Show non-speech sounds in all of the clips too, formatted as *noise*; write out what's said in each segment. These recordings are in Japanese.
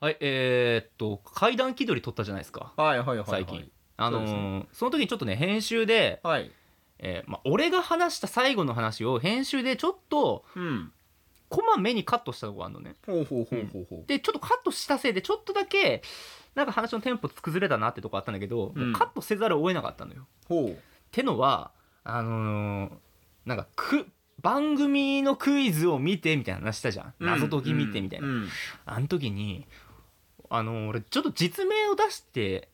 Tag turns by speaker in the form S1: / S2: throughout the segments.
S1: はいえーっと階段気取り撮ったじゃないですか
S2: はいはいはいはい
S1: 最近あのーそ
S2: そ
S1: う
S2: です
S1: の時にちょっとね編集で、
S2: はい
S1: えーまあ、俺が話した最後の話を編集でちょっと
S2: うん
S1: こまめにカットしたとこあるのね
S2: ほうほうほうほうほう
S1: でちょっとカットしたせいでちょっとだけなんか話のテンポ崩れたなってとこあったんだけど、
S2: うん
S1: カットせざるを得なかったのよ
S2: ほう
S1: てのはあのーなんかく番組のクイズを見てみたいな話したじゃん謎解き見てみたいな、
S2: うんうん
S1: あの時にあの俺ちょっと実名を出して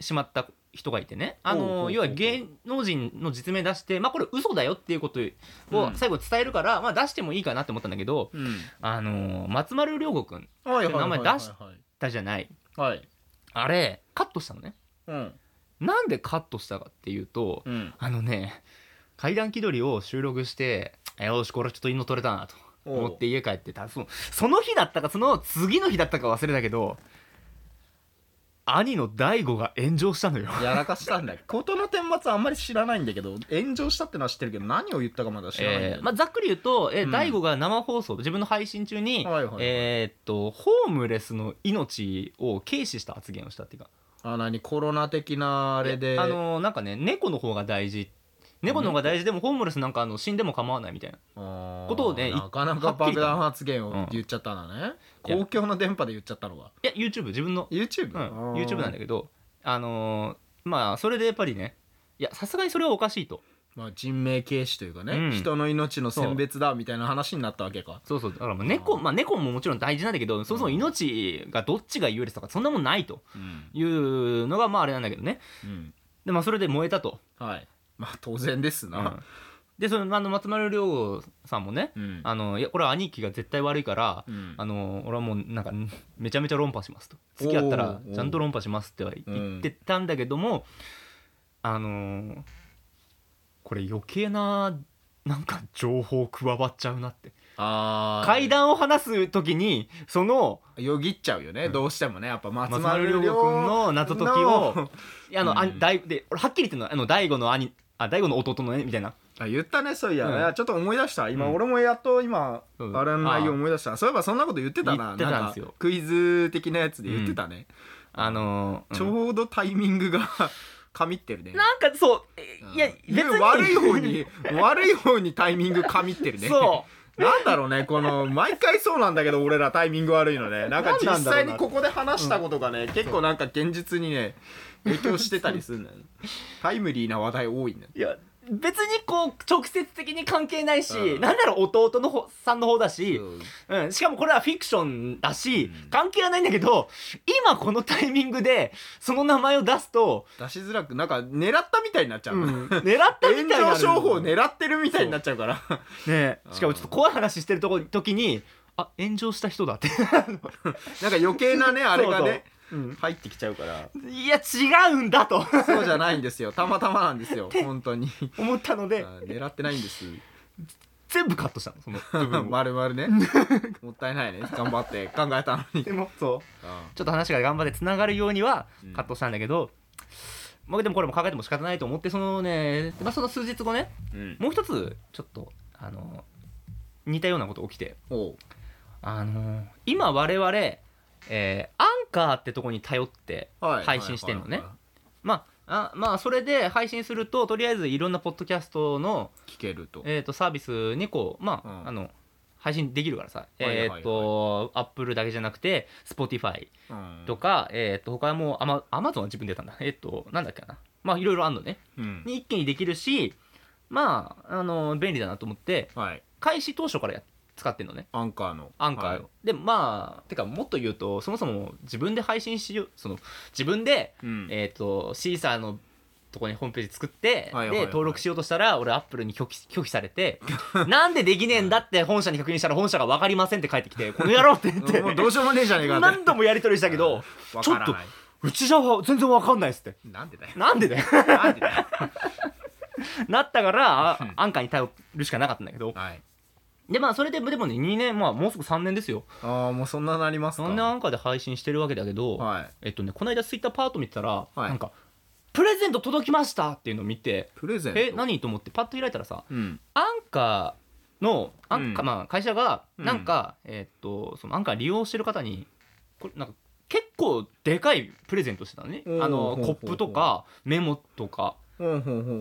S1: しまった人がいてねあ
S2: ほうほうほ
S1: の
S2: う
S1: 要は芸能人の実名出してまあこれ嘘だよっていうことを
S2: うん
S1: 最後伝えるから、まあ出してもいいかなって思ったんだけど
S2: うん
S1: あの松丸亮吾くん
S2: はいはい
S1: 名
S2: は
S1: 前
S2: いはい
S1: 出しだじゃない
S2: はい
S1: あれカットしたのね
S2: うん
S1: なんでカットしたかっていうと
S2: うん
S1: あのね階段気取りを収録してよしこれちょっといいの取れたなと思って家帰ってたそその日だったかその次の日だったか忘れたけど兄の大悟が炎上したのよ
S2: やらかしたん *laughs* だ事の顛末はあんまり知らないんだけど炎上したってのは知ってるけど何を言ったかまだ知らないんだ
S1: え
S2: よ
S1: ーまあ、ざっくり言うと、えー
S2: うん
S1: 大悟が生放送自分の配信中に、
S2: はいはいはい
S1: えーっとホームレスの命を軽視した発言をしたっていうか
S2: あ何コロナ的なあれで
S1: あのーなんかね猫の方が大事猫の方が大事でもホームレスなんかあの死んでも構わないみたいな
S2: こ
S1: ことをね
S2: なかなか爆弾発言を言っちゃったんだね、
S1: うん
S2: 公共の電波で言っちゃったのが
S1: いや YouTube 自分の
S2: YouTube?、
S1: うん、YouTube なんだ
S2: け
S1: けどあのーまあそれでやっぱりねいやさすがにそれはおかしいと
S2: ど、まあ、人命軽視というかね、
S1: うん
S2: 人の命の選別だみたいな話になったわけか
S1: そうそうだからもう猫
S2: うん
S1: まあ、猫ももちろん大事なんだけどそもそも命がどっちが優劣とかそんなもんないと
S2: うん、
S1: いうのがまああれなんだけどね
S2: うん
S1: で、まあ、それで燃えたと、
S2: はいまあ当然です
S1: う、
S2: なん
S1: でそのあの松丸亮吾さんもね
S2: うん
S1: あのいやこれは兄貴が絶対悪いから、
S2: うん
S1: あの俺はもうなんかめちゃめちゃ論破しますと付き合ったら
S2: おー
S1: ちゃんと論破しますっては言ってたんだけども、あのーこれ余計ななんか情報加わっちゃうなって
S2: あー
S1: 階段を話す時にその
S2: よぎっちゃうよね、どうしてもねやっぱ松
S1: 松
S2: 丸
S1: 丸
S2: 亮
S1: 亮吾
S2: 君
S1: 君
S2: の
S1: の謎解きを
S2: の
S1: いやあの、あ
S2: うん
S1: だいで俺はっきり言ってるのはあの大悟の兄あ大悟の弟のねみたいな
S2: あ言ったねそういや、
S1: うん
S2: いやちょっと思い出した今、
S1: うん
S2: 俺もやっと今
S1: うん
S2: あれの内容思い出したそういえばそんなこと言ってたな
S1: 言ってたんですよ
S2: かクイズ的なやつで言ってたね、
S1: あのー
S2: ち
S1: うん
S2: ょうどタイミングが *laughs* かみってるね。
S1: なんかそう
S2: うん
S1: いや別に
S2: 悪い方に悪い方にタイミングかみってるね。。
S1: そう
S2: なんだろうねこの毎回そうなんだけど俺らタイミング悪いのね。なんか
S1: なん
S2: 実
S1: なんだろう
S2: 際
S1: な
S2: にここで話したことがね、結構なんか現実にね影響してたりするんだよね。タイムリーな話題多いね。
S1: いや別にこう直接的に関係ないし、
S2: うん
S1: なんなら弟のほさんの方だし、
S2: うん
S1: うんしかもこれはフィクションだし、
S2: うん
S1: 関係はないんだけど今このタイミングでその名前を出すと、
S2: 出しづらくなんか狙ったみたいになっちゃう。 *laughs*
S1: 狙ったみたいになる
S2: 炎上商法を狙ってるみたいになっちゃうから。
S1: ね
S2: うん
S1: しかもちょっと怖い話してるとこ時にあ炎上した人だって
S2: なんか余計なねあれが
S1: そ
S2: ね
S1: うそう
S2: 入ってきちゃうから。
S1: うんいや違うんだと
S2: そうじゃないんですよ。たまたまなんですよ。本当に。
S1: 思ったので
S2: あー狙ってないんです。
S1: 全部カットしたのその部分を
S2: *laughs* まるまるね。もったいないね。頑張って考えたの
S1: *laughs*
S2: に。
S1: でもそう
S2: あ
S1: ちょっと話が頑張ってつながるようには
S2: うん
S1: カットしたんだけど、まあでもこれも考えても仕方ないと思ってそのね、まあ、その数日後ね
S2: ーうん。
S1: もう一つちょっとあの似たようなこと起きて
S2: おう。
S1: あの今我々、えーアンカーってとこに頼って
S2: はい
S1: 配信してんのね
S2: はいはいは
S1: まああまあそれで配信するととりあえずいろんなポッドキャストの、
S2: い聞けると。
S1: えー、とサービスにこうまあ,、
S2: うん
S1: あの配信できるからさ、
S2: いはいはい
S1: えっ、とアップルだけじゃなくて Spotify
S2: うん
S1: とか、えっ、と、他はもうアマ、アマゾンは自分でやったんだ。えっ、と、なんだっけな。まあ、いろいろあるのね。
S2: うん。
S1: に一気にできるし、まあ、あの、便利だなと思って、
S2: はい。
S1: 開始当初からや使ってんのね。
S2: アンカーの。
S1: アンカーを。
S2: はい
S1: で、まあ、てか、もっと言うと、そもそも自分で配信しよう、その、自分で、
S2: うん。
S1: えっ、と、シーサーの、とこにホームページ作って、
S2: はいはいは
S1: で
S2: い
S1: 登録しようとしたら俺アップルに拒否拒否され
S2: *laughs*
S1: てなんでできねえんだって本社に確認したら本社が分かりませんって返ってきてこの野郎って言って
S2: もうどうしようもねえじゃねえかって
S1: 何度もやり取りしたけど
S2: わ
S1: ちょ
S2: か
S1: っ
S2: ら
S1: と
S2: ないう
S1: ちじゃ全然わかんないっすって
S2: なんでだよ。
S1: なんでだよ
S2: なんでだよ。
S1: *laughs* なったからあアンカーに頼るしかなかったんだけど
S2: はい。
S1: でまあそれででもね2年まあもうすぐ3年ですよ
S2: ああ、もうそんななりますか。
S1: そんなアンカーで配信してるわけだけど、
S2: はい。
S1: えっとねこの間ツイッターパート見てたら、
S2: はい
S1: なんか「プレゼント届きました!」っていうのを見て
S2: プレ
S1: 「
S2: ゼント。
S1: え何?」と思ってパッと開いたらさ
S2: うん。
S1: アンカーのアンカー、
S2: うん
S1: まあ、会社が
S2: うん
S1: なんか、えっとそのアンカー利用してる方にこれなんか構でかいプレゼントしてたのね、
S2: うん
S1: あの
S2: ほ
S1: コ
S2: うほうほう
S1: ップとかメモとかを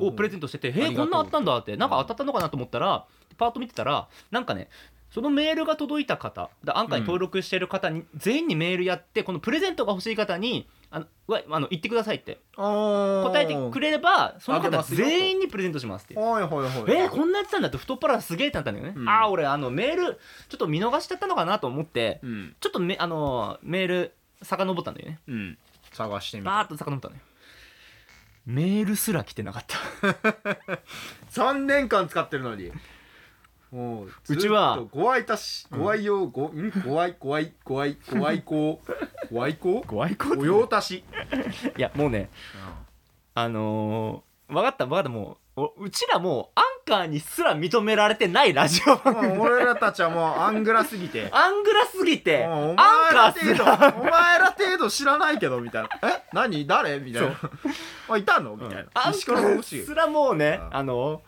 S2: を
S1: プレゼントしてて「へ
S2: あ
S1: え
S2: り
S1: こ
S2: がとうん
S1: なんあったんだ」ってなんか当たったのかなと思ったらパーッと見てたらなんかねそのメールが届いた方だ安価に登録してる方に、全員にメールやってこのプレゼントが欲しい方に「あのうわあの言ってください」って
S2: 答
S1: 答えてくれればその
S2: あ出
S1: 方
S2: ますよと
S1: 全員にプレゼントしますっていう。
S2: はいはいはい
S1: えー、こんなやってたんだって太っ腹すげえってなったんだよね、
S2: うん
S1: ああ俺あのメールちょっと見逃しちゃったのかなと思って
S2: うん
S1: ちょっとめあのーメール遡ったんだよね
S2: うん探してみ
S1: バーッと遡ったのよメールすら来てなかった
S2: 3年間使ってるのにも
S1: うちは
S2: ずっとご愛たしご愛用ごんご愛ご愛ご愛ご愛好ご愛好
S1: ご愛 *laughs* 好
S2: ご用足し
S1: いやもうねあのー、分かった分かったもうおうちらもうアンカーにすら認められてないラジオ番組
S2: もう俺らたちはもうアングラす
S1: *laughs*
S2: ぎて
S1: アングラすぎて
S2: も
S1: ア
S2: う *laughs* お
S1: ン
S2: 前
S1: カ
S2: ら
S1: ーす
S2: 程度
S1: ら
S2: お前ら程度知らないけどみたいなえ何誰みたいなあいたのみたいな
S1: アン
S2: 石
S1: カ
S2: 川
S1: ー
S2: 欲しい
S1: すらもうね
S2: うん
S1: あの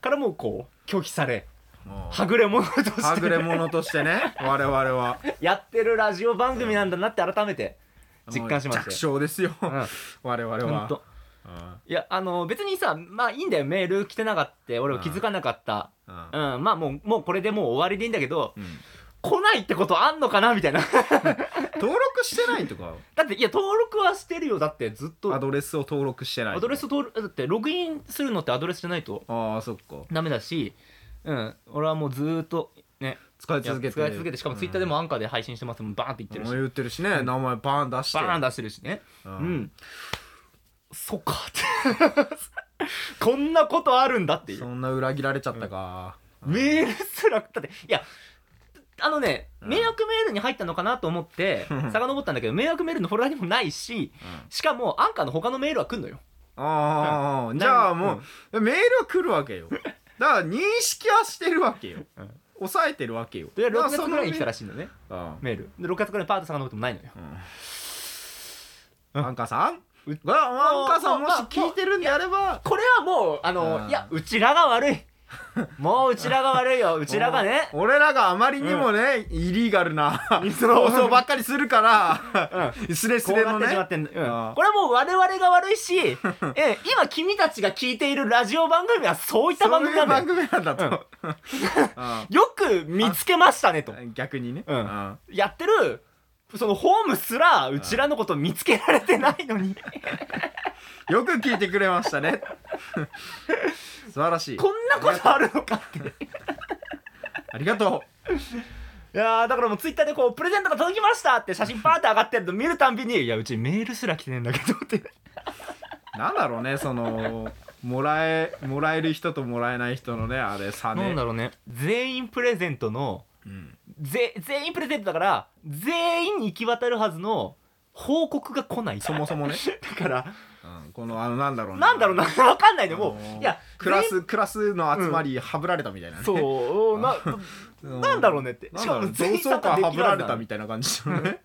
S1: ー、からもうこう拒否され
S2: もう
S1: はぐれ者として
S2: はぐれ者としてね我々は
S1: やってるラジオ番組なんだなって改めて *laughs* 実感しましたよ
S2: 弱小ですよ、
S1: うん
S2: 我々
S1: ほん
S2: は
S1: と
S2: うん
S1: いやあの別にさまあいいんだよメール来てなかった俺は気づかなかった
S2: うん
S1: うん、まあもうもうこれでもう終わりでいいんだけど
S2: うん
S1: 来ないってことあんのかなみたいな *laughs*
S2: 登録してないとか
S1: だっていや登録はしてるよだってずっと
S2: ア
S1: アド
S2: ドレスを登録してない
S1: レス登録だってログインするのってアドレスじゃないと
S2: ああそっか
S1: ダメだしうん俺はもうずーっとね
S2: 使い
S1: いや
S2: 続けて
S1: 使い続けてしかもツイッターで
S2: も
S1: もアンカーで配信してますもんバーンって言ってるし
S2: 言ってるしね名前バーン出して
S1: バーン出してるしね
S2: う
S1: うんんそっか *laughs* ってこんなことあるんだっていう
S2: そんな裏切られちゃったか
S1: メールすらだっていやあのね、
S2: うん
S1: 迷惑メールに入ったのかなと思って
S2: うん
S1: 遡ったんだけど迷惑メールのフォルダにもないし
S2: うん
S1: しかもアンカーの他のメールは来んのよ
S2: あ
S1: *laughs*
S2: あ
S1: ん
S2: じゃあもうメールは来る
S1: *laughs*
S2: わけよだから認識はしてるわけよ
S1: うん
S2: 抑えてるわけよ
S1: で6月
S2: だからそ
S1: ぐ
S2: の
S1: らいに来たらしいのね
S2: うん
S1: メールで6月ぐらいにパーッと遡ってもないのよ
S2: うんアンカーさん
S1: う
S2: がアンカーさんもし聞いてるんであれば
S1: これはもうあの、
S2: うん
S1: いやうちらが *laughs* 悪いもううちらが悪いようちらがね
S2: お俺らがあまりにもね、イリーガルな
S1: 水
S2: 放送ばっかりす
S1: *laughs*
S2: るから
S1: うん
S2: スレス
S1: こう
S2: レ
S1: な
S2: の
S1: ってしま
S2: ね
S1: ってんの、うん、これ
S2: ああ
S1: はもう我々が悪い *laughs* し、ええ、今君たちが聞いているラジオ番組はそういった
S2: そ
S1: 番
S2: うい
S1: 組
S2: う
S1: なんだ
S2: 番
S1: よ
S2: 組なんだと、
S1: よく見つけましたねと
S2: うん逆にね、
S1: うん
S2: うん
S1: やってるそのホームすらうちらのこと見つけられてないのに
S2: よく聞いてくれまし
S1: *laughs*
S2: たね素晴らしい
S1: こんなことあるのかって
S2: ありがと
S1: いやーだからもうツイッターでこうプレゼントが届きましたって写真パーって上がってるの見るたんびにいやうちメールすら来てねえんだけどって
S2: うなんだろうねそのもらえもらえる人ともらえない人のねあれ差ね
S1: なんだろうね全員プレゼントの
S2: うん
S1: ぜ全員プレゼントだから全員に行き渡るはずの報告が来ない
S2: そもそもね、
S1: *laughs* だから
S2: うん、このあのなんだろうね
S1: なんだろうなわかんないねも
S2: あの
S1: う
S2: ー
S1: いや
S2: クラスクラスの集まりはぶられたみたいな、ね
S1: 全員そう
S2: *laughs*
S1: な
S2: う
S1: なんだろうねって
S2: なんだろう同
S1: 全員
S2: 窓
S1: 参
S2: 会
S1: 加で
S2: は
S1: き
S2: ぶ
S1: る
S2: ら
S1: はず
S2: れ
S1: なの
S2: たみたいな感じだよね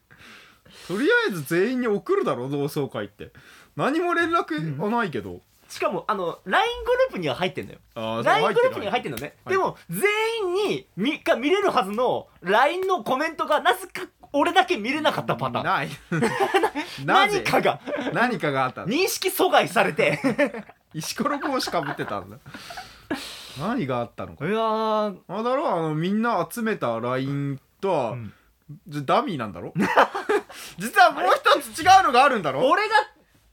S2: とりあえず全員に送るだろ同窓会って何も連絡はないけど、
S1: しかもあの LINE グループには入ってんだよ
S2: あー
S1: LINE グループには入ってんのね
S2: 入
S1: でも全員にみが見れるはずの LINE のコメントがなぜか俺だけ見れなかったパターン
S2: ない *laughs* な
S1: 何
S2: ぜ
S1: かが
S2: 何かがあった
S1: 認識阻害されて
S2: 石ころ帽子かぶってたんだ何があったの
S1: い
S2: か
S1: やー
S2: あだろうあのみんな集めた LINE とは、
S1: ん
S2: じゃダミーなんだろ *laughs* 実はもう一つ違うのがあるんだろ
S1: 俺が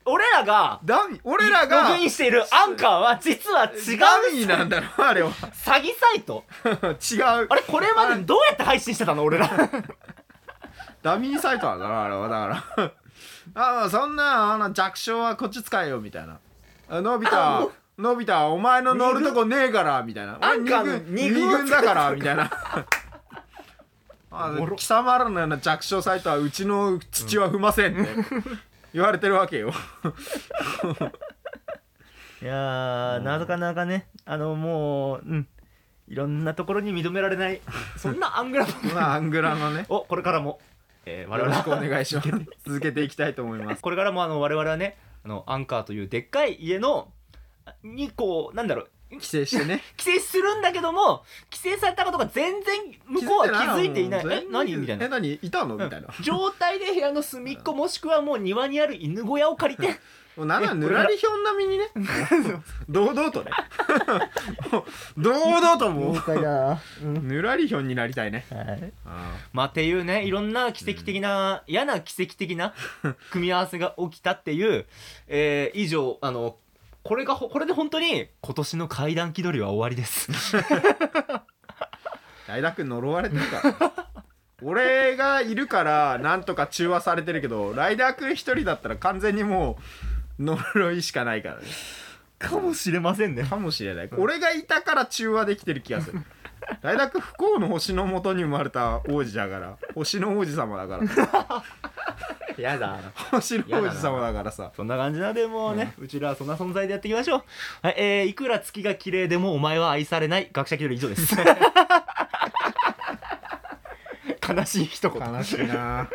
S1: 俺らが
S2: ダミー俺らが
S1: ログインしているアンカーは実は違う
S2: ダミーなんだろあれは *laughs*
S1: 詐欺サイト
S2: 違う
S1: あれこれまでどうやって配信してたの俺ら
S2: ダミーサイトなんだろあれはだから *laughs* あそんなあの弱小はこっち使えよみたいなあのび
S1: あも
S2: 太
S1: う
S2: のび太お前の乗るとこねえからみたいな
S1: アンカーの
S2: 俺
S1: 二
S2: 二
S1: 軍
S2: 軍
S1: を
S2: 二軍だからみ
S1: *laughs*
S2: たいなあ
S1: おもろ
S2: 貴様らのような弱小サイトはうちの土は踏ませんって言われてるわけ
S1: *laughs*
S2: よ
S1: いやーなかなかねあのもううんいろんなところに認められないそんなアングラ *laughs*
S2: このアングラのね
S1: をこれからも、えー、我
S2: よろ
S1: 々
S2: しくお
S1: は
S2: 願いします
S1: *laughs*
S2: 続けていきたいと思います
S1: これからもあの我々はねあのアンカーというでっかい家のあにこうなんだろう
S2: 規制してね
S1: 帰省するんだけども帰省されたことが全然向こうは気づいていない
S2: 気づ
S1: え
S2: て
S1: 何みたい
S2: え
S1: な
S2: 何いたのみたいな、
S1: 状態で部屋の隅っこもしくはもう庭にある犬小屋を借りて
S2: もうなんならぬらりひょん並みに *laughs* ね堂々とね *laughs* もう堂々とも
S1: 快だ、
S2: うぬらりひょんになりたいね
S1: はい、
S2: あ
S1: まあっていうねいろんな奇跡的な、嫌な奇跡的な *laughs* 組み合わせが起きたっていう、えー以上あのこれがほこれで本当に今年の怪談気取りは終わりです *laughs*
S2: あ大田君呪われてるからね俺がいるからなんとか中和されてるけどライダー君一人だったら完全にもう呪いしかないからね
S1: かもしれませんね
S2: かもしれない、俺がいたから中和できてる気がする大田君不幸の星のもとに生まれた王子だから星の王子様だから *laughs*
S1: やだ
S2: 星の王子様だからさ
S1: そんな感じなんでもうね、うちらはそんな存在でやっていきましょう。はい、えーいくら月が綺麗でもお前は愛されない学者気取り以上 *laughs* です。悲しい一言。
S2: 悲しいな